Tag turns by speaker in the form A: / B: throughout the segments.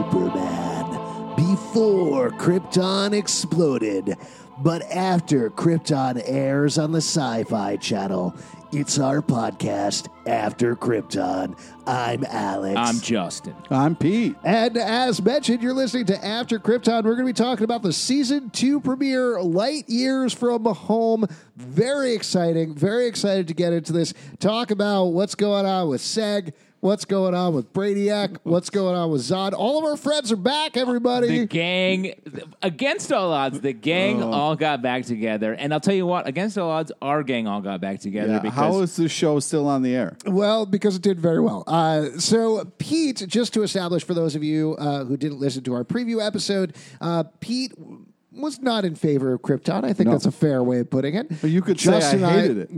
A: Superman before Krypton exploded. But after Krypton airs on the Sci Fi Channel, it's our podcast, After Krypton. I'm Alex.
B: I'm Justin.
C: I'm Pete.
A: And as mentioned, you're listening to After Krypton. We're going to be talking about the season two premiere, Light Years from Home. Very exciting. Very excited to get into this. Talk about what's going on with Seg. What's going on with Bradiac? What's going on with Zod? All of our friends are back,
B: The
A: everybody.
B: gang, against all odds, the gang
A: Oh.
B: all got back together. And I'll tell you what, against all odds, our gang all got back together
C: Yeah,
B: because
C: how is this show still on the air?
A: Well, because it did very well. Uh, so, Pete, just to establish for those of you uh, who didn't listen to our preview episode, uh, Pete w- was not in favor of Krypton. I think that's a fair way of putting it.
C: But you could say I hated it.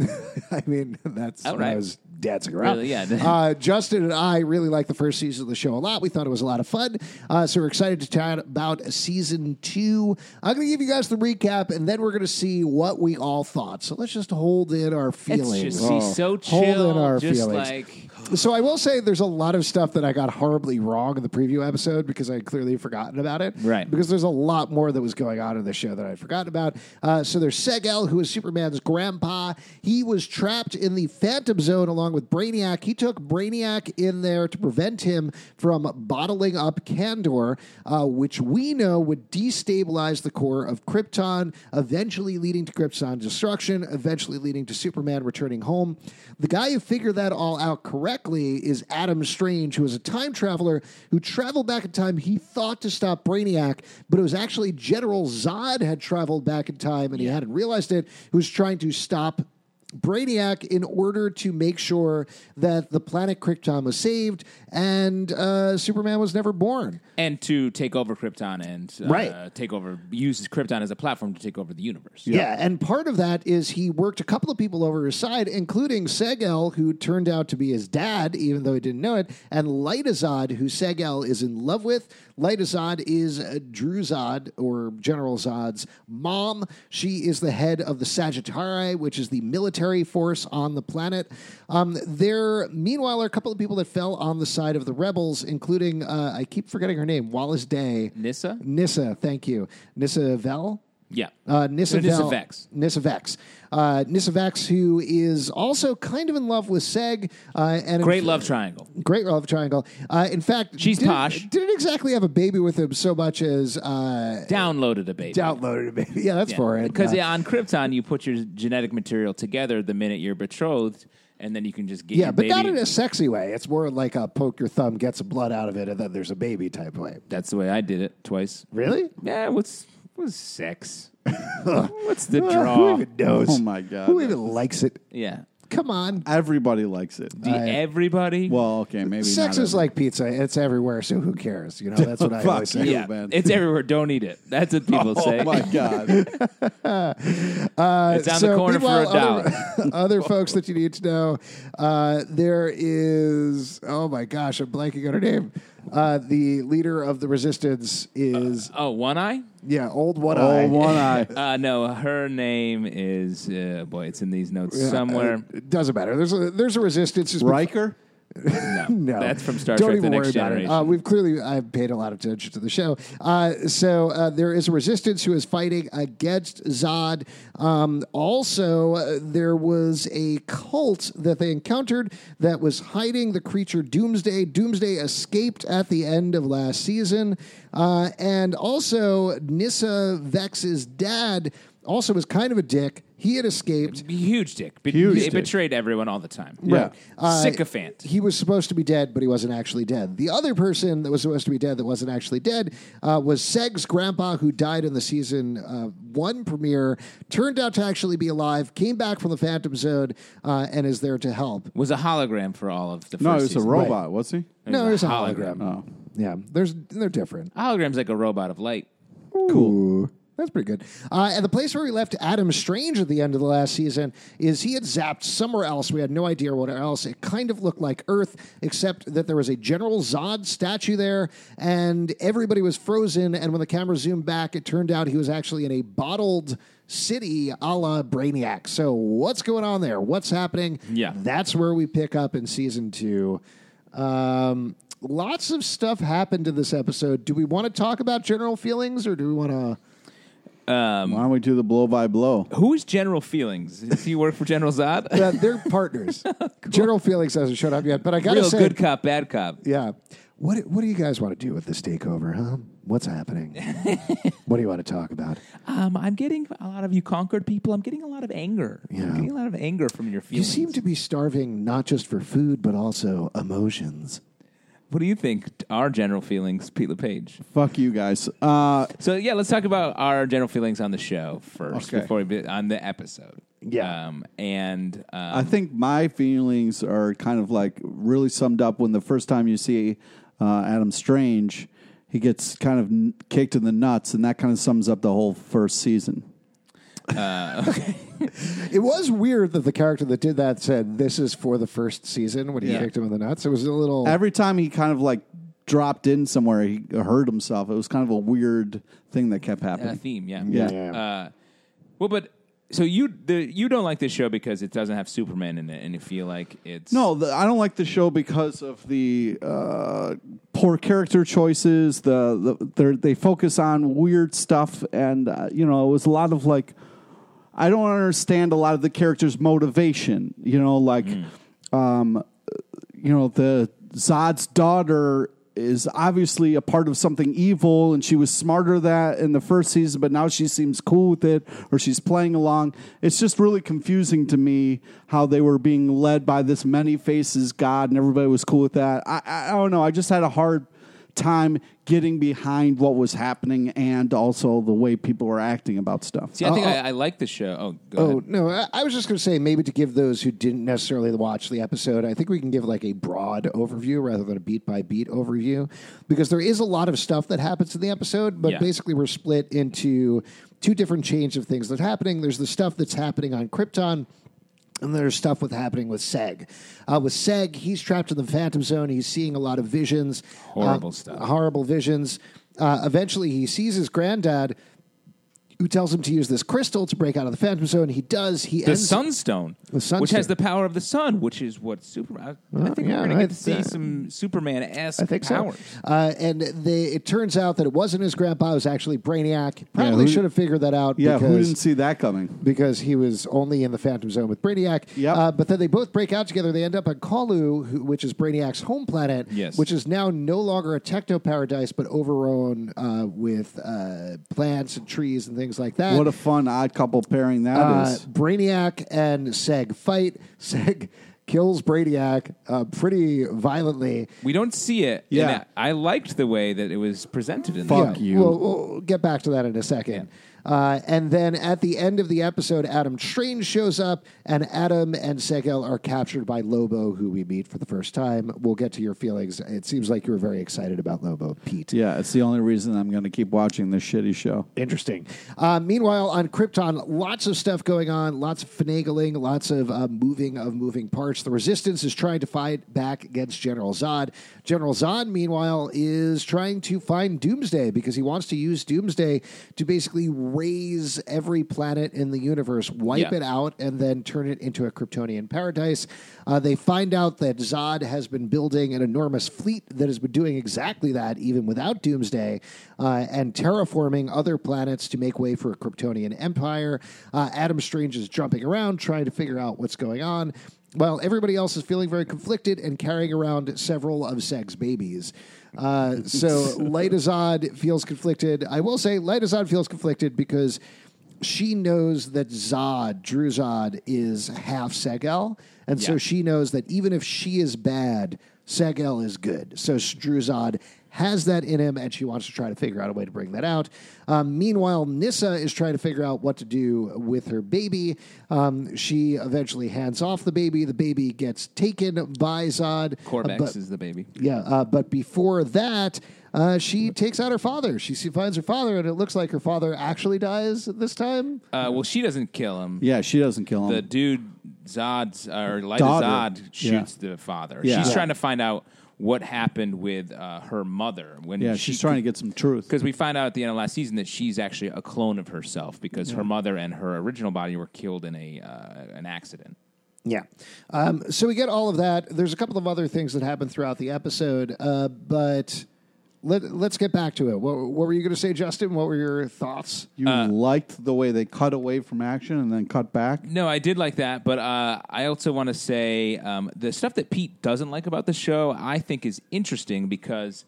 A: I mean, that's
B: All
A: when I
B: right.
A: was dancing around.
B: Really, yeah.
A: uh, Justin and I really liked the first season of the show a lot. We thought it was a lot of fun. Uh, so we're excited to chat about season two. I'm going to give you guys the recap, and then we're going to see what we all thought. So let's just hold in our
B: it's
A: feelings. Oh.
B: just, he's so
A: Hold in
B: chill.
A: our
B: just
A: feelings.
B: like,
A: So I will say there's a lot of stuff that I got horribly wrong in the preview episode because I had clearly forgotten about it.
B: Right.
A: Because there's a lot more that was going on in the show that I'd forgotten about. Uh, so there's Segel, who is Superman's grandpa. He was trapped in the Phantom Zone along with Brainiac. He took Brainiac in there to prevent him from bottling up Kandor, uh, which we know would destabilize the core of Krypton, eventually leading to Krypton destruction, eventually leading to Superman returning home. The guy who figured that all out correctly is Adam Strange, who is a time traveler who traveled back in time. He thought to stop Brainiac, but it was actually General Zod had traveled back in time and he hadn't realized it, who was trying to stop. Brainiac, in order to make sure that the planet Krypton was saved and uh, Superman was never born.
B: and to take over Krypton and uh,
A: Right.
B: take over, use Krypton as a platform to take over the universe.
A: Yeah. and part of that is he worked a couple of people over his side, including Segel, who turned out to be his dad, even though he didn't know it, and Lightazad, who Segel is in love with. Lightazad is uh, Drew Zod, or General Zod's mom. She is the head of the Sagittari, which is the military force on the planet. Um, there, meanwhile, are a couple of people that fell on the side of the rebels, including, uh, I keep forgetting her name, Wallace Day.
B: Nissa?
A: Nissa, thank you. Nissa Vell?
B: Yeah.
A: Uh, Nissa
B: Uh, Nissa
A: Vel-
B: Vex.
A: Nissa Vex. Uh, Nissa Vex, who is also kind of in love with Seg. Uh, and in
B: Great
A: f-
B: love triangle.
A: Great love triangle. Uh, in fact,
B: She's
A: didn't,
B: posh.
A: Didn't exactly have a baby with him so much as uh,
B: Downloaded a baby.
A: downloaded a baby. Yeah, that's for it.
B: Because
A: Uh,
B: yeah, on Krypton, you put your genetic material together the minute you're betrothed, and then you can just get
A: yeah,
B: your
A: but
B: baby.
A: not in a sexy way. It's more like a poke your thumb, get some blood out of it, and then there's a baby type way.
B: That's the way I did it twice.
A: Really?
B: Yeah, what's what's sex? what's the
A: Uh, who
B: draw?
A: even knows?
C: Oh, my God.
A: Who even likes it?
B: yeah,
A: Come on.
C: Everybody likes it.
B: Do everybody.
C: well, okay, maybe
A: Sex
C: not
A: is like pizza. It's everywhere, so who cares? You know, that's what I
C: Fuck
A: always say.
C: you.
B: yeah,
C: man.
B: it's everywhere. Don't eat it. That's what people
C: everybody.
B: say.
C: Oh my god!
B: It's on the corner for a
A: meanwhile,
B: dollar.
A: Other, other folks that you need to know, uh, there is. Oh my gosh, I'm blanking on her name. Uh, the leader of the resistance is
B: oh, one eye.
A: yeah, old one eye.
C: Oh, one eye.
B: Uh, no, her name is uh, boy. It's in these notes
A: Uh,
B: somewhere.
A: it doesn't matter. There's a there's a resistance. It's
C: Riker.
B: no,
A: No,
B: that's from Star
A: Don't
B: Trek:
A: even
B: The Next
A: worry about
B: Generation.
A: It. Uh, we've clearly I've paid a lot of attention to the show. Uh, so uh, there is a resistance who is fighting against Zod. Um, also, uh, there was a cult that they encountered that was hiding the creature Doomsday. Doomsday escaped at the end of last season, uh, and also Nissa Vex's dad also was kind of a dick. He had escaped.
B: Huge dick. Be-
C: Huge
B: it
C: dick.
B: betrayed everyone all the time.
C: Yeah.
A: Uh,
B: Sycophant.
A: he was supposed to be dead, but he wasn't actually dead. The other person that was supposed to be dead that wasn't actually dead uh, was Seg's grandpa, who died in the season uh, one premiere, turned out to actually be alive, came back from the Phantom Zone, uh, and is there to help.
B: was a hologram for all of the
C: No,
B: first
C: it was a
B: season.
C: robot, was he?
A: no,
B: a
A: there's a hologram.
C: Oh.
A: Yeah, there's they're different.
B: A hologram's like a robot of light.
A: Cool. That's pretty good. Uh, and the place where we left Adam Strange at the end of the last season is he had zapped somewhere else. We had no idea what else. It kind of looked like Earth, except that there was a General Zod statue there, and everybody was frozen. And when the camera zoomed back, it turned out he was actually in a bottled city a la Brainiac. So, what's going on there? What's happening?
B: Yeah.
A: That's where we pick up in season two. Um, lots of stuff happened to this episode. Do we want to talk about general feelings or do we want to?
B: Um,
C: Why don't we do the blow by blow?
B: Who is General Feelings? Does he work for General Zod?
A: Uh, they're partners. General Felix hasn't showed up yet, but I gotta
B: Oh, Real
A: say,
B: good cop, bad cop.
A: yeah. What What do you guys want to do with this takeover? Huh? What's happening? what do you want to talk about?
B: Um, I'm getting a lot of you conquered people. I'm getting a lot of anger.
A: Yeah.
B: I'm getting a lot of anger from your
A: You
B: feelings.
A: seem to be starving not just for food but also emotions.
B: What do you think? Our general feelings, Pete LePage.
C: Fuck you guys. Uh,
B: So yeah, let's talk about our general feelings on the show first
C: Okay.
B: before we be, on the episode.
A: Yeah.
B: um, and
C: I
B: um,
C: think my feelings are kind of like really summed up when the first time you see uh, Adam Strange, he gets kind of n- kicked in the nuts, and that kind of sums up the whole first season.
A: It was weird that the character that did that said, "This is for the first season." When he
C: Yeah.
A: kicked him in the nuts, it was a little.
C: Every time he kind of like dropped in somewhere, he hurt himself. It was kind of a weird thing that kept
B: uh,
C: happening.
B: theme, yeah,
C: Yeah.
B: Uh, well, but so you the you don't like this show because it doesn't have Superman in it, and you feel like it's
C: No, the, I don't like the show because of the uh, poor character choices. The, the they're- they focus on weird stuff, and uh, you know, it was a lot of like I don't understand a lot of the characters' motivation. You know, like um, you know, the Zod's daughter is obviously a part of something evil, and she was smarter that in the first season, but now she seems cool with it, or she's playing along. It's just really confusing to me how they were being led by this many faces God, and everybody was cool with that. I, I, I don't know. I just had a hard time getting behind what was happening and also the way people were acting about stuff.
B: See, I think I, I like the show. Oh, go ahead.
A: Oh no! I, I was just going to say maybe to give those who didn't necessarily watch the episode, I think we can give like a broad overview rather than a beat by beat overview, because there is a lot of stuff that happens in the episode. But
B: Yeah.
A: basically, we're split into two different chains of things that's happening. There's the stuff that's happening on Krypton. And there's stuff with happening with Seg. Uh, with Seg, he's trapped in the Phantom Zone. He's seeing a lot of visions,
B: Horrible
A: uh,
B: stuff.
A: horrible visions. Uh, eventually, he sees his granddad, who tells him to use this crystal to break out of the Phantom Zone. He does. He
B: the
A: ends.
B: Sunstone, which
A: Sunstone.
B: has the power of the sun, which is what Superman. I think
A: yeah,
B: we're going to
A: I-
B: get to see some Superman esque
A: I think so.
B: powers.
A: Uh, and they, it turns out that it wasn't his grandpa. It was actually Brainiac. Probably
C: who-
A: should have figured that out.
C: yeah, who
A: because-
C: didn't see that coming?
A: because he was only in the Phantom Zone with Brainiac.
C: Yep.
A: Uh, but then they both break out together. They end up on Kalu, who, which is Brainiac's home planet,
B: Yes.
A: which is now no longer a techno paradise, but overgrown uh, with uh, plants and trees and things like that.
C: What a fun odd couple pairing that
A: uh,
C: is.
A: Brainiac and Seg fight. Seg kills Brainiac uh, pretty violently.
B: We don't see it. in
C: Yeah.
B: that. I liked the way that it was presented in
C: Fuck
B: the
C: you.
A: We'll, we'll get back to that in a second. Uh, and then at the end of the episode, Adam Strange shows up, and Adam and Segel are captured by Lobo, who we meet for the first time. We'll get to your feelings. It seems like you were very excited about Lobo, Pete.
C: Yeah, it's the only reason I'm going to keep watching this shitty show.
A: Interesting. Uh, meanwhile, on Krypton, lots of stuff going on, lots of finagling, lots of uh, moving of moving parts. The Resistance is trying to fight back against General Zod. General Zod, meanwhile, is trying to find Doomsday because he wants to use Doomsday to basically raise every planet in the universe, wipe
B: Yeah.
A: it out, and then turn it into a Kryptonian paradise. Uh, they find out that Zod has been building an enormous fleet that has been doing exactly that, even without Doomsday, uh, and terraforming other planets to make way for a Kryptonian empire. Uh, Adam Strange is jumping around trying to figure out what's going on. While everybody else is feeling very conflicted and carrying around several of Seg's babies. Uh, so Light Zod feels conflicted. I will say Light Zod feels conflicted because she knows that Zod, Drew Zod, is half Segel. And so
B: Yeah.
A: she knows that even if she is bad, Segel is good. So s- Drew Zod has that in him, and she wants to try to figure out a way to bring that out. Um, meanwhile, Nissa is trying to figure out what to do with her baby. Um, she eventually hands off the baby. The baby gets taken by Zod. Uh,
B: Corvex
A: but-
B: is the baby.
A: yeah, uh, but before that, uh, she takes out her father. She s- finds her father, and it looks like her father actually dies this time.
B: Uh, well, she doesn't kill him.
C: Yeah, she doesn't kill him.
B: The dude Zod's or Lita
C: Daughter.
B: Zod
C: Yeah.
B: shoots the father.
C: Yeah.
B: She's
C: Yeah.
B: trying to find out what happened with uh, her mother when
C: yeah, she's trying to get some truth.
B: because we find out at the end of last season that she's actually a clone of herself because her mother and her original body were killed in a uh, an accident.
A: Yeah. Um, so we get all of that. There's a couple of other things that happen throughout the episode, uh, but let, let's get back to it. What, what were you going to say, Justin? What were your thoughts?
C: You
B: uh,
C: liked the way they cut away from action and then cut back.
B: No, I did like that, but uh, I also want to say um, the stuff that Pete doesn't like about the show, I think, is interesting because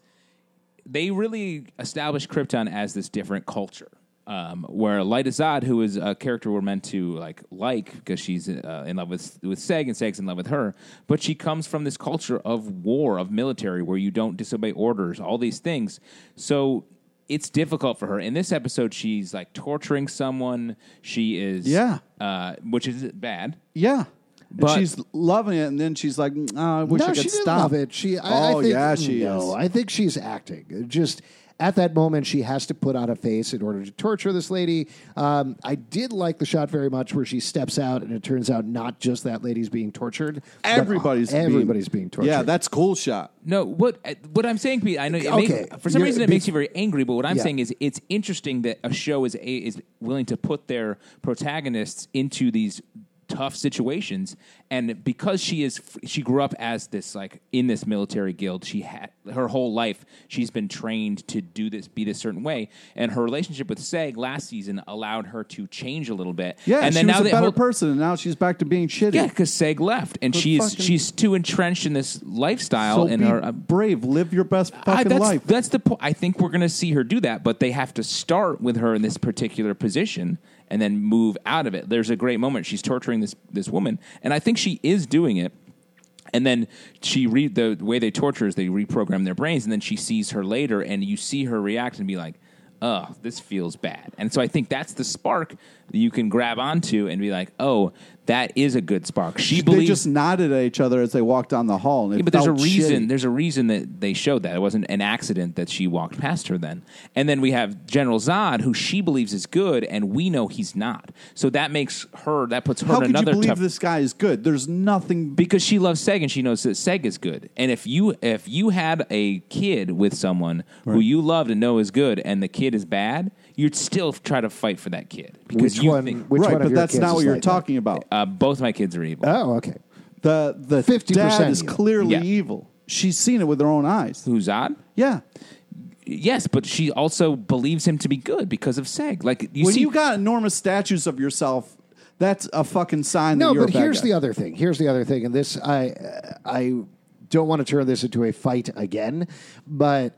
B: they really establish Krypton as this different culture. Um, where Light Azad, who is a character we're meant to like like because she's uh, in love with with Seg and Seg's in love with her, but she comes from this culture of war, of military, where you don't disobey orders, all these things. So it's difficult for her. In this episode, she's like torturing someone. She is
C: Yeah.
B: uh, which is bad.
C: Yeah.
B: But-
C: and she's loving it, and then she's like, "Mm, uh, "I wish
A: no,
C: I could
A: she didn't
C: stop
A: love it. She, I, I
C: oh
A: think, mm,
C: yeah, she
A: no,
C: is.
A: I think she's acting. Just at that moment, she has to put on a face in order to torture this lady. Um, I did like the shot very much where she steps out, and it turns out not just that lady's being tortured. but
C: everybody's
A: everybody's being, tortured.
C: Yeah, that's cool shot.
B: No, what uh, what I'm saying, Pete, I know. It
A: Okay.
B: makes, for some
A: You're-
B: reason, it
A: be-
B: makes you very angry. But what I'm
A: Yeah.
B: saying is, it's interesting that a show is a, is willing to put their protagonists into these tough situations, and because she is f- she grew up as this like in this military guild, she had her whole life she's been trained to do this, be this certain way, and her relationship with Seg last season allowed her to change a little bit.
C: Yeah,
B: and
C: and
B: then
C: she
B: now
C: was
B: that
C: a better
B: whole-
C: person, and now she's back to being shitty.
B: Yeah, because Seg left, and she's
C: fucking-
B: she's too entrenched in this lifestyle
C: so
B: and
C: be
B: her. uh, um,
C: brave, live your best
B: I,
C: fucking
B: that's,
C: life.
B: That's the point. I think we're going to see her do that, but they have to start with her in this particular position and then move out of it. There's a great moment. She's torturing this this woman, and I think she is doing it. And then she re- the way they torture is they reprogram their brains, and then she sees her later, and you see her react and be like, "Oh, this feels bad." And so I think that's the spark that you can grab onto and be like, "Oh, that is a good spark." She
C: they
B: believes
C: just nodded at each other as they walked down the hall. And it
B: yeah, but there's a
C: felt
B: reason.
C: shitty.
B: There's a reason that they showed that it wasn't an accident that she walked past her. Then, and then we have General Zod, who she believes is good, and we know he's not. So that makes her. That puts her
C: How
B: in
C: could you
B: another
C: believe
B: tough.
C: this guy is good? There's nothing.
B: because she loves Seg and she knows that Seg is good. And if you if you had a kid with someone who you love and know is good, and the kid is bad, you'd still try to fight for that kid because
A: Which
B: you
A: one?
B: think
A: Which
C: right,
A: one of
C: but
A: your
C: that's
A: kids
C: not
A: is
C: what you're
A: like that?
C: talking about.
B: uh, both my kids are evil.
A: Oh, okay.
C: The the
A: 50%
C: dad is
A: evil.
C: clearly
B: Yeah. Hmm.
C: evil. She's seen it with her own eyes.
B: Who's Zod?
C: Yeah.
B: Yes, but she also believes him to be good because of Seg. Like you
C: when
B: see,
C: you got enormous statues of yourself, that's a fucking sign. that
A: No,
C: you're
A: but
C: a bad
A: here's
C: guy.
A: the other thing. Here's the other thing, and this I I don't want to turn this into a fight again, but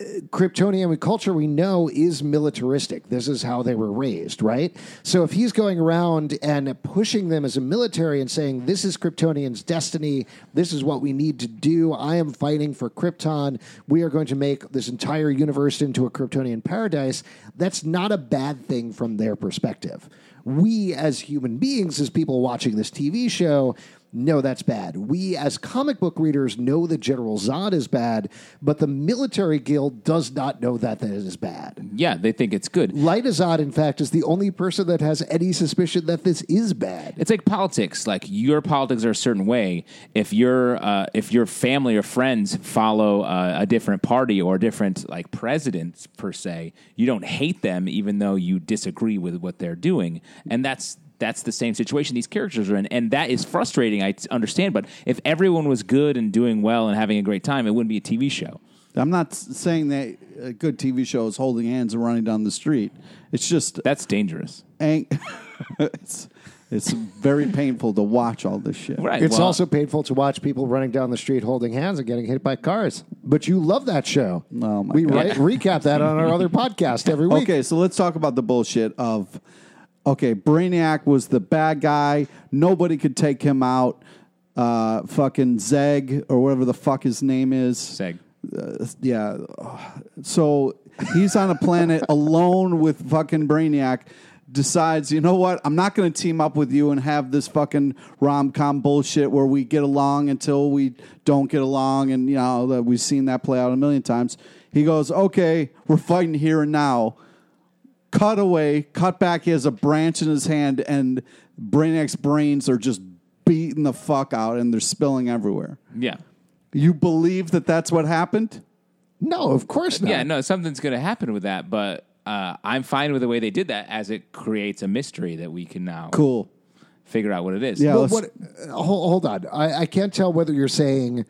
A: uh, Kryptonian culture we know is militaristic. This is how they were raised, right? So if he's going around and pushing them as a military and saying this is Kryptonian's destiny, this is what we need to do. I am fighting for Krypton. We are going to make this entire universe into a Kryptonian paradise. That's not a bad thing from their perspective we as human beings, as people watching this TV show, know that's bad. We as comic book readers know that General Zod is bad, but the military guild does not know that that is bad.
B: yeah, they think it's good.
A: Light Zod, in fact, is the only person that has any suspicion that this is bad.
B: It's like politics. Like your politics are a certain way. If your uh, if your family or friends follow uh, a different party or a different like president per se, you don't hate them even though you disagree with what they're doing. And that's that's the same situation these characters are in, and that is frustrating. I t- understand, but if everyone was good and doing well and having a great time, it wouldn't be a TV show.
C: I'm not s- saying that a good TV show is holding hands and running down the street. It's just
B: That's dangerous,
C: ang- it's it's very painful to watch all this shit.
B: right?
A: It's
B: well-
A: also painful to watch people running down the street holding hands and getting hit by cars. But you love that show.
C: Oh, my
A: we
C: God.
A: ri- recap that on our other podcast every week.
C: Okay, so let's talk about the bullshit of okay, Brainiac was the bad guy. Nobody could take him out. Uh, fucking Zeg or whatever the fuck his name is.
B: Seg.
C: Uh, yeah. So he's on a planet alone with fucking Brainiac. Decides, you know what? I'm not going to team up with you and have this fucking rom com bullshit where we get along until we don't get along, and you know that we've seen that play out a million times. He goes, okay, we're fighting here and now cut away, cut back. He has a branch in his hand, and Brainiac's brains are just beating the fuck out, and they're spilling everywhere.
B: yeah,
C: You believe that that's what happened?
A: No, of course not.
B: yeah. No, something's going to happen with that, but. Uh, I'm fine with the way they did that, as it creates a mystery that we can now
C: Cool.
B: figure out what it is.
C: Yeah.
A: Well,
C: let's-
A: what, uh, hold, hold on. I, I can't tell whether you're saying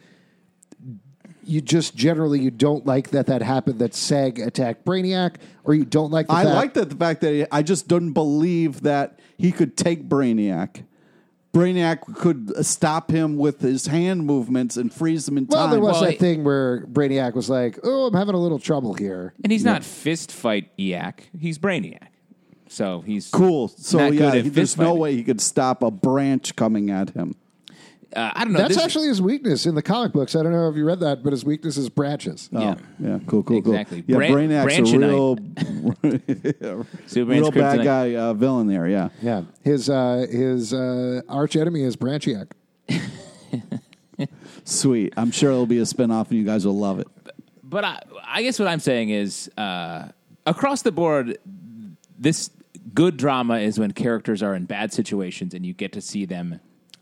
A: you just generally you don't like that that happened that Seg attacked Brainiac, or you don't like the
C: I
A: fact
C: like that the fact that he, I just didn't believe that he could take Brainiac. Brainiac could uh, stop him with his hand movements and freeze him in
A: Well,
C: time.
A: there was
B: Well,
A: that
B: it-
A: thing where Brainiac was like, "Oh, I'm having a little trouble here."
B: And he's not fist fight EAC, he's Brainiac. So he's
C: cool. So
B: Not
C: yeah,
B: good at
C: he- there's
B: fist
C: no
B: fighting.
C: way he could stop a branch coming at him.
B: Uh, I don't know.
A: That's
B: this-
A: actually his weakness in the comic books. I don't know if you read that, but his weakness is branches.
C: Oh,
B: Yeah.
C: yeah, cool, cool, cool.
B: Exactly.
C: Yeah,
B: Bran-
C: Brainiac's a real, yeah,
B: Superman's
C: real bad
B: kryptonite.
C: guy uh, villain there. Yeah,
A: Yeah, his uh, his uh, arch enemy is Branchiac.
C: sweet. I'm sure it'll be a spinoff, and you guys will love it.
B: But I, I guess what I'm saying is, uh, across the board, this good drama is when characters are in bad situations and you get to see them.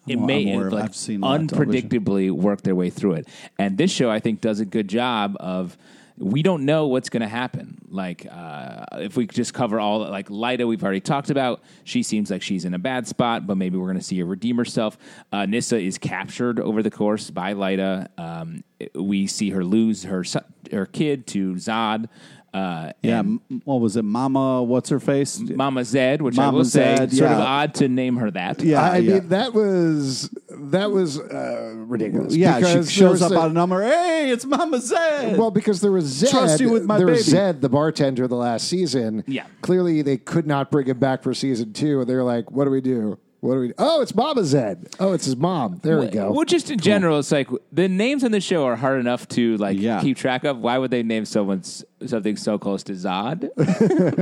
B: It
C: Well, I'm
B: may
C: aware of-
B: like,
C: I've seen a lot of television.
B: unpredictably work their way through it, and this show I think does a good job of. We don't know what's going to happen. Like, uh, if we just cover all, like Lyda, we've already talked about. She seems like she's in a bad spot, but maybe we're going to see her redeem herself. Uh, Nissa is captured over the course by Lyda. Um, we see her lose her son, her kid to Zod. Uh,
C: Yeah, m- what was it, Mama? What's her face?
B: Mama Zed, which I
C: Mama
B: will say,
C: Zed,
B: sort of
C: yeah.
B: odd to name her that.
C: Yeah,
A: I
C: yeah.
A: mean, that was that was uh, ridiculous.
C: Yeah,
A: because
C: she
A: there
C: shows
A: was
C: up
A: a-
C: on a number. Hey, it's Mama Zed.
A: Well, because there was Zed,
C: Trust you with my
A: there was
C: baby.
A: Zed, the bartender, the last season.
B: Yeah.
A: clearly they could not bring him back for season two, and they were like, "What do we do? What do we? Do? Oh, it's Mama Zed. Oh, it's his mom. There we go.
B: Well, just in general, it's like the names on the show are hard enough to like
C: Yeah.
B: keep track of. Why would they name someone s- something so close to Zod?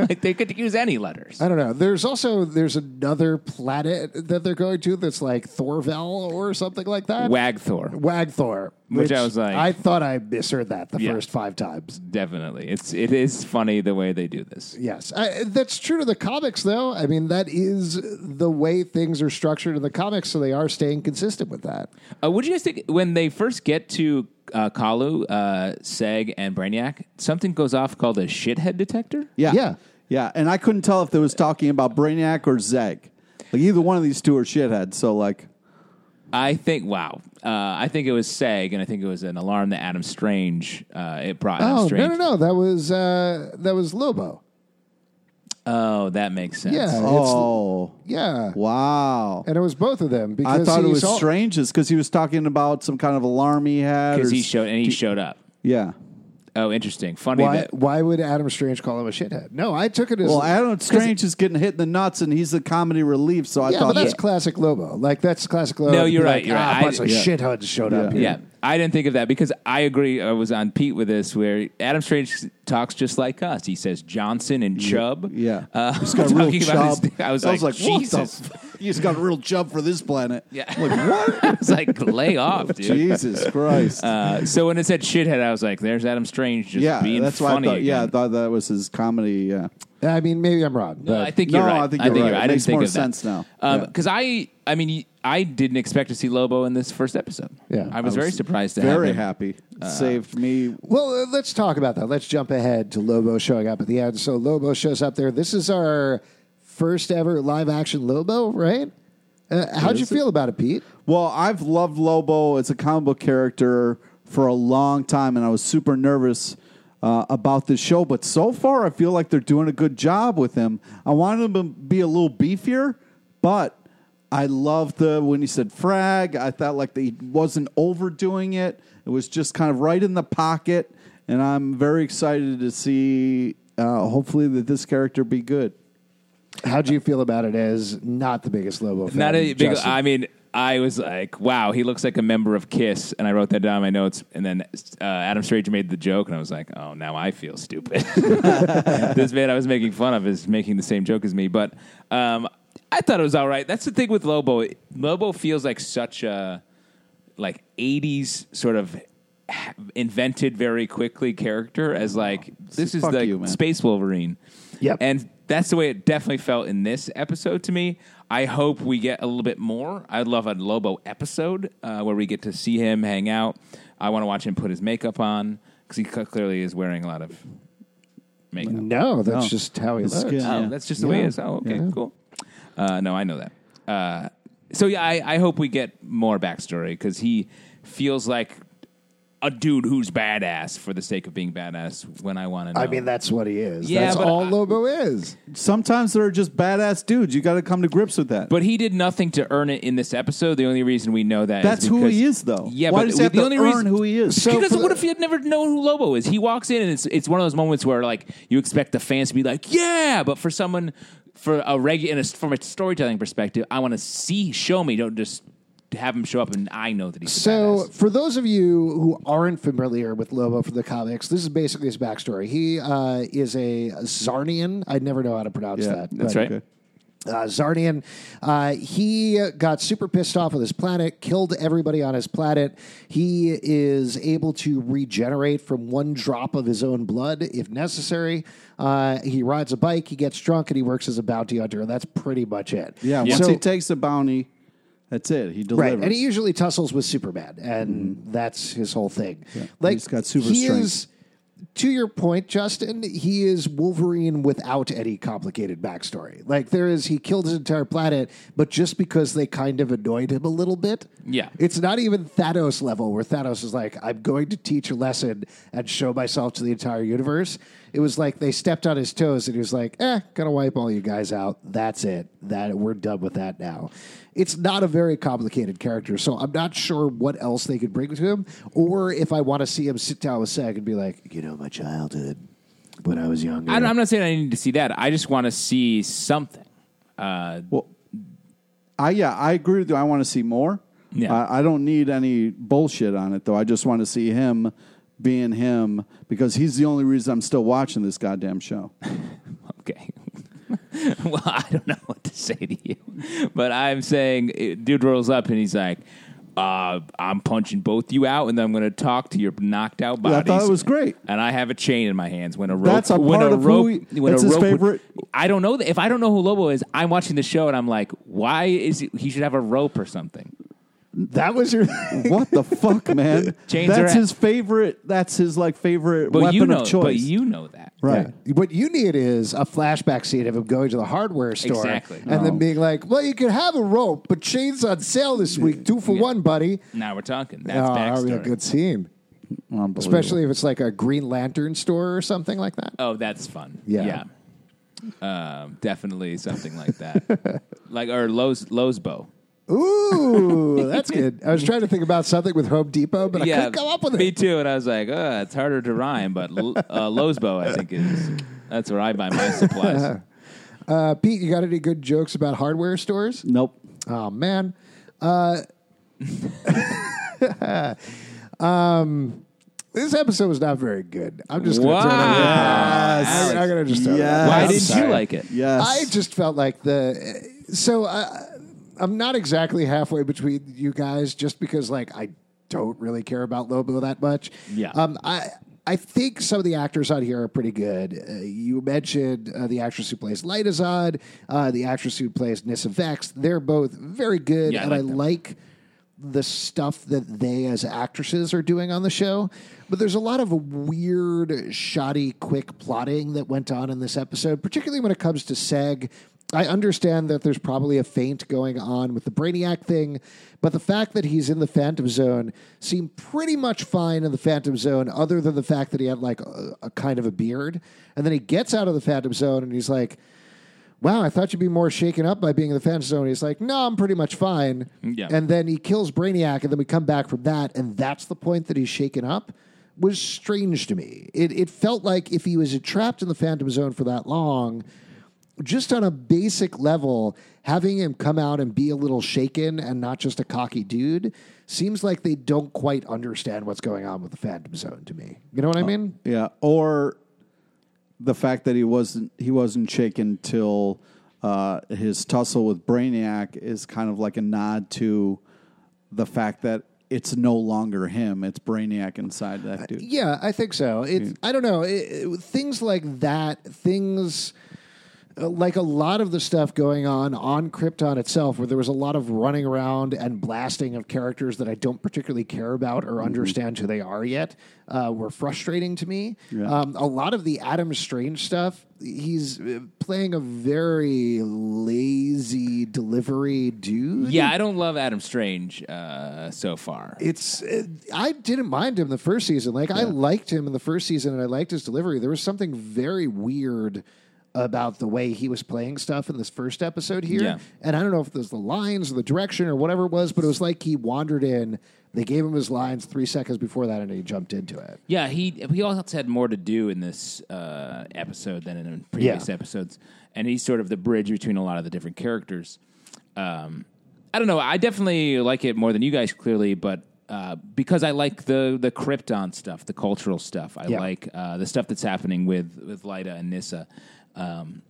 B: like they could use any letters.
A: I don't know. There's also there's another planet that they're going to that's like Thorvel or something like that.
B: Wagthor,
A: Wagthor,
B: Which I was like-
A: I thought I misheard that the
B: Yeah.
A: first five times.
B: definitely. It's it is funny the way they do this.
A: Yes, I, that's true to the comics, though. I mean, that is the way things are structured in the comics, so they are staying consistent with that.
B: Uh, would you guys think when they first get to uh, Kalu, uh, Seg, and Brainiac, something goes off called a shithead detector?
C: yeah,
A: yeah.
C: yeah. And I couldn't tell if they was talking about Brainiac or Zeg. Like either one of these two are shitheads. So like,
B: I think wow. Uh, I think it was Seg, and I think it was an alarm that Adam Strange uh, it brought. Adam
A: Oh
B: Strange.
A: no, no, no! That was uh, that was Lobo.
B: Oh, that makes sense.
A: Yeah,
C: oh
A: it's, yeah,
C: wow.
A: and it was both of them
C: I
A: because
C: thought it
A: he
C: was
A: saw-
C: strange is because he was talking about some kind of alarm he had.
B: because
C: or
B: he
C: s-
B: showed and he showed up.
C: yeah.
B: Oh, interesting. Funny
A: Why,
B: that.
A: why would Adam Strange call him a shithead? No, I took it as
C: Well, Adam Strange is getting hit in the nuts, and he's the comedy relief. So I
A: yeah, but
C: thought
A: that's classic Lobo. Like that's classic Lobo.
B: No,
A: to be
B: you're
A: like,
B: right, you're
A: ah,
B: right.
A: A bunch
B: I-
A: of
C: yeah.
A: shitheads showed up.
C: Yeah.
A: Here.
B: Yeah, I didn't think of that because I agree. I was on Pete with this, where Adam Strange talks just like us. He says Johnson and Chubb.
C: yeah.
B: uh,
C: He's got a real
B: talking about
C: chub.
B: his, I was like,
C: what the
B: Jesus.
C: f- he's got a real chub for this planet.
B: Yeah.
C: I'm like what?
B: I was like, lay off, dude.
C: Jesus Christ.
B: Uh, so when it said shithead, I was like, there's Adam Strange just
C: yeah,
B: being
C: that's why
B: funny.
C: I thought. Yeah, I
B: again.
C: thought that was his comedy. uh, Yeah,
A: I mean, maybe I'm wrong, but
B: No, I think you're
C: No,
B: right.
C: I think you're right. It
B: I didn't
C: makes
B: think
C: more
B: of that.
C: sense now. Yeah.
B: Because I, I mean, y- I didn't expect to see Lobo in this first episode.
A: Yeah.
B: I was, very surprised to have
C: very
B: him. uh,
C: happy. Saved me.
A: Well, uh, let's talk about that. Let's jump ahead to Lobo showing up at the end. So Lobo shows up there. This is our first ever live action Lobo, right? Uh, how'd you feel about it, Pete?
C: Well, I've loved Lobo as a comic book character for a long time, and I was super nervous uh, about this show. But so far, I feel like they're doing a good job with him. I wanted him to be a little beefier, but I loved the when he said frag. I thought like he wasn't overdoing it. It was just kind of right in the pocket, and I'm very excited to see. Uh, hopefully, that this character be good.
A: How'd you feel about it as not the biggest Lobo fan?
B: Not a big.
A: Justin?
B: I mean, I was like, wow, he looks like a member of Kiss, and I wrote that down in my notes. And then uh, Adam Strange made the joke, and I was like, oh, now I feel stupid. this man I was making fun of is making the same joke as me, but um, I thought it was all right. That's the thing with Lobo. Lobo feels like such a like 80s sort of invented very quickly character as like this is
C: Fuck
B: like
C: you, man.
B: space wolverine
A: Yep.
B: and that's the way it definitely felt in this episode to me i hope we get a little bit more i love a lobo episode uh, where we get to see him hang out i want to watch him put his makeup on because he cl- clearly is wearing a lot of makeup
A: no, that's
C: No.
A: just how he
C: It's
A: looks.
C: good.
B: Oh,
C: Yeah.
B: that's just the way it is. Oh, okay, cool. Uh, no, I know that. Uh, so yeah, I, I hope we get more backstory because he feels like a dude who's badass for the sake of being badass. When I want to, know.
A: I mean, that's what he is.
B: Yeah,
A: that's
B: but
A: all
B: I-
A: Lobo is.
C: Sometimes there are just badass dudes. You got to come to grips with that.
B: But he did nothing to earn it in this episode. The only reason we know that is
C: That's who he
B: because-
C: is, though.
B: Yeah,
C: Why
B: but
C: does he have
B: the
C: to
B: only
C: earn
B: reason
C: who he is?
A: So-
B: Because
A: for the-
B: what if he had never known who Lobo is? He walks in and it's it's one of those moments where like you expect the fans to be like, yeah, but for someone for a regular from a storytelling perspective, I want to see show me. Don't just have him show up and I know that he's a
A: So,
B: badass.
A: for those of you who aren't familiar with Lobo from the comics, this is basically his backstory. He uh, is a Zarnian. I never know how to pronounce
C: Yeah,
A: that.
C: that's
A: but-
B: right.
A: uh, Zarnian. Uh, he got super pissed off with his planet, killed everybody on his planet. He is able to regenerate from one drop of his own blood if necessary. Uh, he rides a bike, he gets drunk, and he works as a bounty hunter, and that's pretty much it.
C: yeah, once
A: So-
C: he takes a bounty, that's it. He delivers. Mm-hmm.
A: Right, and he usually tussles with Superman, and that's his whole thing. Like
C: he's got super
A: he
C: strength.
A: Is, to your point, Justin, he is Wolverine without any complicated backstory. Like there is, he killed his entire planet, but just because they kind of annoyed him a little bit.
B: Yeah.
A: it's not even Thanos level where Thanos is like, "I'm going to teach a lesson and show myself to the entire universe." It was like they stepped on his toes, and he was like, "Eh, gonna wipe all you guys out. That's it. That we're done with that now." It's not a very complicated character, so I'm not sure what else they could bring to him, or if I want to see him sit down with Sag and be like, "You know, my childhood when I was younger."
B: I, am not saying I need to see that. I just want to see something. Uh,
C: Well, I yeah, I agree with you. I want to see more.
B: Yeah.
C: I, I don't need any bullshit on it though. I just want to see him being him because he's the only reason I'm still watching this goddamn show.
B: okay. well, I don't know what to say to you, but I'm saying, it- dude rolls up and he's like, uh, "I'm punching both you out, and then I'm going to talk to your knocked out
C: Yeah,
B: bodies."
C: I thought it was great.
B: And I have a chain in my hands. When a rope,
C: That's a
B: when
C: part
B: a
C: of who
B: rope,
C: he-
B: when
C: that's
B: a
C: his
B: rope would-
C: favorite-
B: I don't know that if I don't know who Lobo is. I'm watching the show and I'm like, why is he, he should have a rope or something?
A: that was your.
C: What the fuck, man?
B: Chains
C: that's
B: are-
C: his favorite. That's his like favorite
B: But
C: weapon
B: you know,
C: of choice.
B: but you know that,
C: right.
A: Yeah. What you need is a flashback scene of him going to the hardware store
B: Exactly.
A: and then being like, "Well, you could have a rope, but chains on sale this week, two for one, buddy."
B: Now we're talking. That's
C: Ah,
A: Oh, that would be a
B: backstory.
A: good scene,
C: Unbelievable.
A: especially if it's like a Green Lantern store or something like that.
B: Oh, that's fun.
A: Yeah.
B: Yeah. Um, definitely something like that. like or Lowe's Lowe's bow.
A: Ooh, that's good. I was trying to think about something with Home Depot, but I
B: yeah,
A: couldn't come up with
B: me
A: it.
B: too. And I was like, oh, it's harder to rhyme, but L- uh, Lowe's bow, I think is that's where I buy my supplies.
A: Uh, Pete, you got any good jokes about hardware stores?
C: Nope.
A: Oh man. Uh, um, this episode was not very good. I'm just going to turn it.
B: Wow.
A: Yes. I'm going to just turn it off.
B: Why
A: I'm
B: didn't
A: sorry.
B: you like it?
C: Yes.
A: I just felt like the so I, I'm not exactly halfway between you guys just because like I don't really care about Lobo that much.
B: Yeah.
A: Um. I. I think some of the actors on here are pretty good. Uh, you mentioned uh, the actress who plays Lightazad, uh, the actress who plays Nissa Vex. They're both very good,
B: Yeah, I
A: and
B: like
A: I
B: them.
A: like the stuff that they as actresses are doing on the show. But there's a lot of weird, shoddy, quick plotting that went on in this episode, particularly when it comes to Seg. I understand that there's probably a feint going on with the Brainiac thing, but the fact that he's in the Phantom Zone seemed pretty much fine in the Phantom Zone, other than the fact that he had like a, a kind of a beard. And then he gets out of the Phantom Zone and he's like, wow, I thought you'd be more shaken up by being in the Phantom Zone. He's like, no, I'm pretty much fine.
B: Yeah.
A: And then he kills Brainiac, and then we come back from that, and that's the point that he's shaken up. Was strange to me. It it felt like if he was trapped in the Phantom Zone for that long, just on a basic level, having him come out and be a little shaken and not just a cocky dude seems like they don't quite understand what's going on with the Phantom Zone to me. You know what I mean?
C: Yeah, or the fact that he wasn't he wasn't shaken till uh, his tussle with Brainiac is kind of like a nod to the fact that it's no longer him; it's Brainiac inside that
A: Uh,
C: dude.
A: Yeah, I think so. It's I don't know. It, it- things like that, things uh, like a lot of the stuff going on on Krypton itself, where there was a lot of running around and blasting of characters that I don't particularly care about or understand who they are yet, uh, were frustrating to me. Um, a lot of the Adam Strange stuff, he's uh, playing a very lazy delivery dude.
B: Yeah, I don't love Adam Strange uh, so far.
A: It's it, I didn't mind him the first season. Like I liked him in the first season, and I liked his delivery. There was something very weird about the way he was playing stuff in this first episode here.
B: Yeah.
A: And I don't know if it was the lines or the direction or whatever it was, but it was like he wandered in. They gave him his lines three seconds before that, and he jumped into it.
B: Yeah, he he also had more to do in this uh, episode than in previous
A: Yeah.
B: episodes, and he's sort of the bridge between a lot of the different characters. Um, I don't know. I definitely like it more than you guys clearly, but uh, because I like the the Krypton stuff, the cultural stuff, I
A: Yeah.
B: like uh, the stuff that's happening with with Lyda and Nissa, um,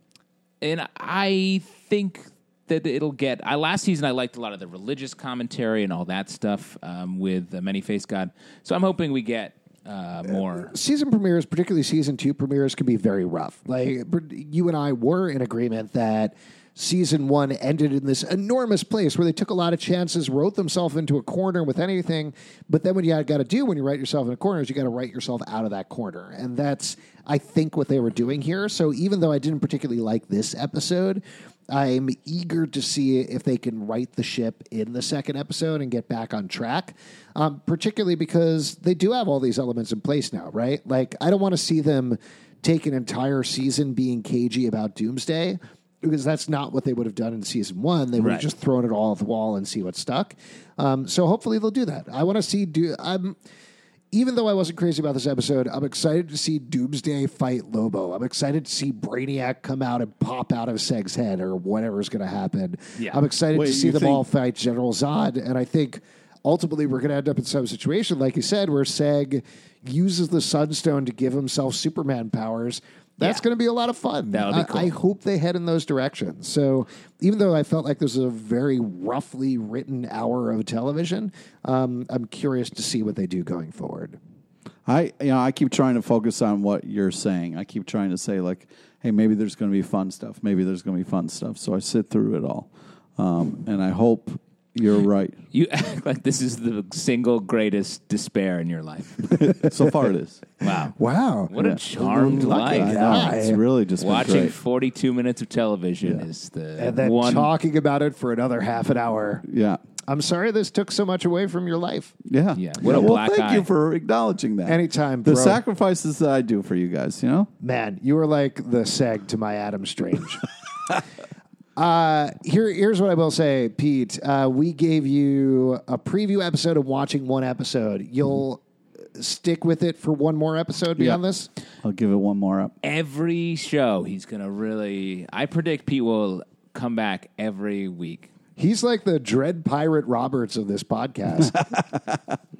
B: and I think. That it'll get. I last season I liked a lot of the religious commentary and all that stuff um, with the Many Faced God. So I'm hoping we get uh, more.
A: season premieres, particularly season two premieres, can be very rough. Like pr- you and I were in agreement that season one ended in this enormous place where they took a lot of chances, wrote themselves into a corner with anything. But then what you got to do when you write yourself in a corner is you got to write yourself out of that corner, and that's I think what they were doing here. So even though I didn't particularly like this episode. I'm eager to see if they can right the ship in the second episode and get back on track, um, particularly because they do have all these elements in place now, right? Like, I don't want to see them take an entire season being cagey about Doomsday because that's not what they would have done in season one. They would
B: Right.
A: have just thrown it all at the wall and see what stuck. Um, so hopefully they'll do that. I want to see. Do I'm even though I wasn't crazy about this episode, I'm excited to see Doomsday fight Lobo. I'm excited to see Brainiac come out and pop out of Seg's head or whatever's going to happen.
B: Yeah.
A: I'm excited
C: Wait,
A: to see
C: you
A: them
C: think-
A: all fight General Zod. And I think ultimately we're going to end up in some situation, like you said, where Seg uses the Sunstone to give himself Superman powers. That's
B: Yeah.
A: going to be a lot of fun.
B: That'll be
A: I-
B: cool.
A: I hope they head in those directions. So even though I felt like this was a very roughly written hour of television, um, I'm curious to see what they do going forward.
C: I you know I keep trying to focus on what you're saying. I keep trying to say like, hey, maybe there's going to be fun stuff. Maybe there's going to be fun stuff. So I sit through it all, um, and I hope you're right.
B: You act like this is the single greatest despair in your life.
C: so far it is.
B: Wow.
A: Wow.
B: What a charmed
A: Lucky
B: life.
A: guy.
C: I know, it's really just been
B: Watching
C: great.
B: 42 minutes of television is the
A: and then
B: one.
A: talking about it for another half an hour.
C: Yeah,
A: I'm sorry this took so much away from your life.
C: yeah,
B: Yeah, what a
C: well,
B: black
C: thank
B: eye.
C: you for acknowledging that.
A: Anytime,
C: the
A: bro.
C: sacrifices that I do for you guys, you know.
A: Man, you were like the seg to my Adam Strange. Uh, here, here's what I will say, Pete. Uh, we gave you a preview episode of watching one episode. You'll stick with it for one more episode beyond
C: Mm-hmm. Yeah.
A: this.
C: I'll give it one more up.
B: Every show, he's going to really. I predict Pete will come back every week.
A: He's like the Dread Pirate Roberts of this podcast.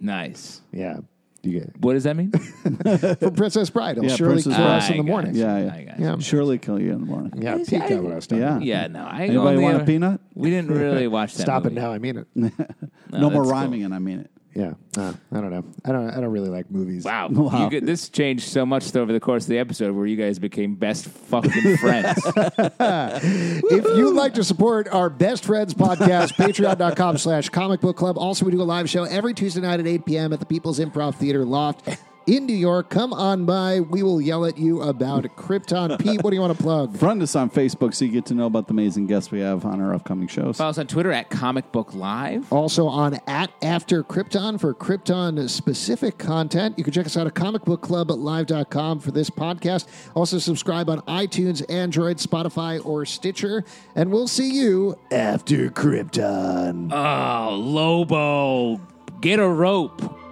B: Nice.
A: yeah, you get it.
B: What does that mean?
A: from Princess Bride. He'll
C: Yeah,
A: surely
C: Princess
A: kill us
B: Bride.
A: in the
B: I
A: morning.
B: got
C: Yeah,
B: I
C: yeah.
B: got
A: yeah,
C: Surely kill you in the morning.
A: yeah.
B: Is
A: Pete
B: I-
A: got what I was talking
C: Yeah.
B: Yeah, no. I
C: Anybody
B: only
C: want a
B: ever-
C: peanut?
B: We didn't really watch that.
A: Stop it
B: movie.
A: now. I mean it.
C: No,
B: No,
C: more
B: that's cool.
C: rhyming, and I mean it.
A: Yeah. Uh, I don't know. I don't I don't really like movies.
B: Wow.
C: Wow.
B: You could, this changed so much over the course of the episode where you guys became best fucking friends.
A: If you'd like to support our Best Friends podcast, patreon.com slash comic book club. Also, we do a live show every Tuesday night at 8 p.m. at the People's Improv Theater Loft in New York. Come on by. We will yell at you about Krypton. Pete, what do you want to plug?
C: Friend us on Facebook so you get to know about the amazing guests we have on our upcoming shows.
B: Follow us on Twitter at Comic Book Live.
A: Also on at After Krypton for Krypton specific content. You can check us out at comicbookclublive.com for this podcast. Also, subscribe on iTunes, Android, Spotify, or Stitcher. And we'll see you after Krypton.
B: Oh, Lobo, get a rope.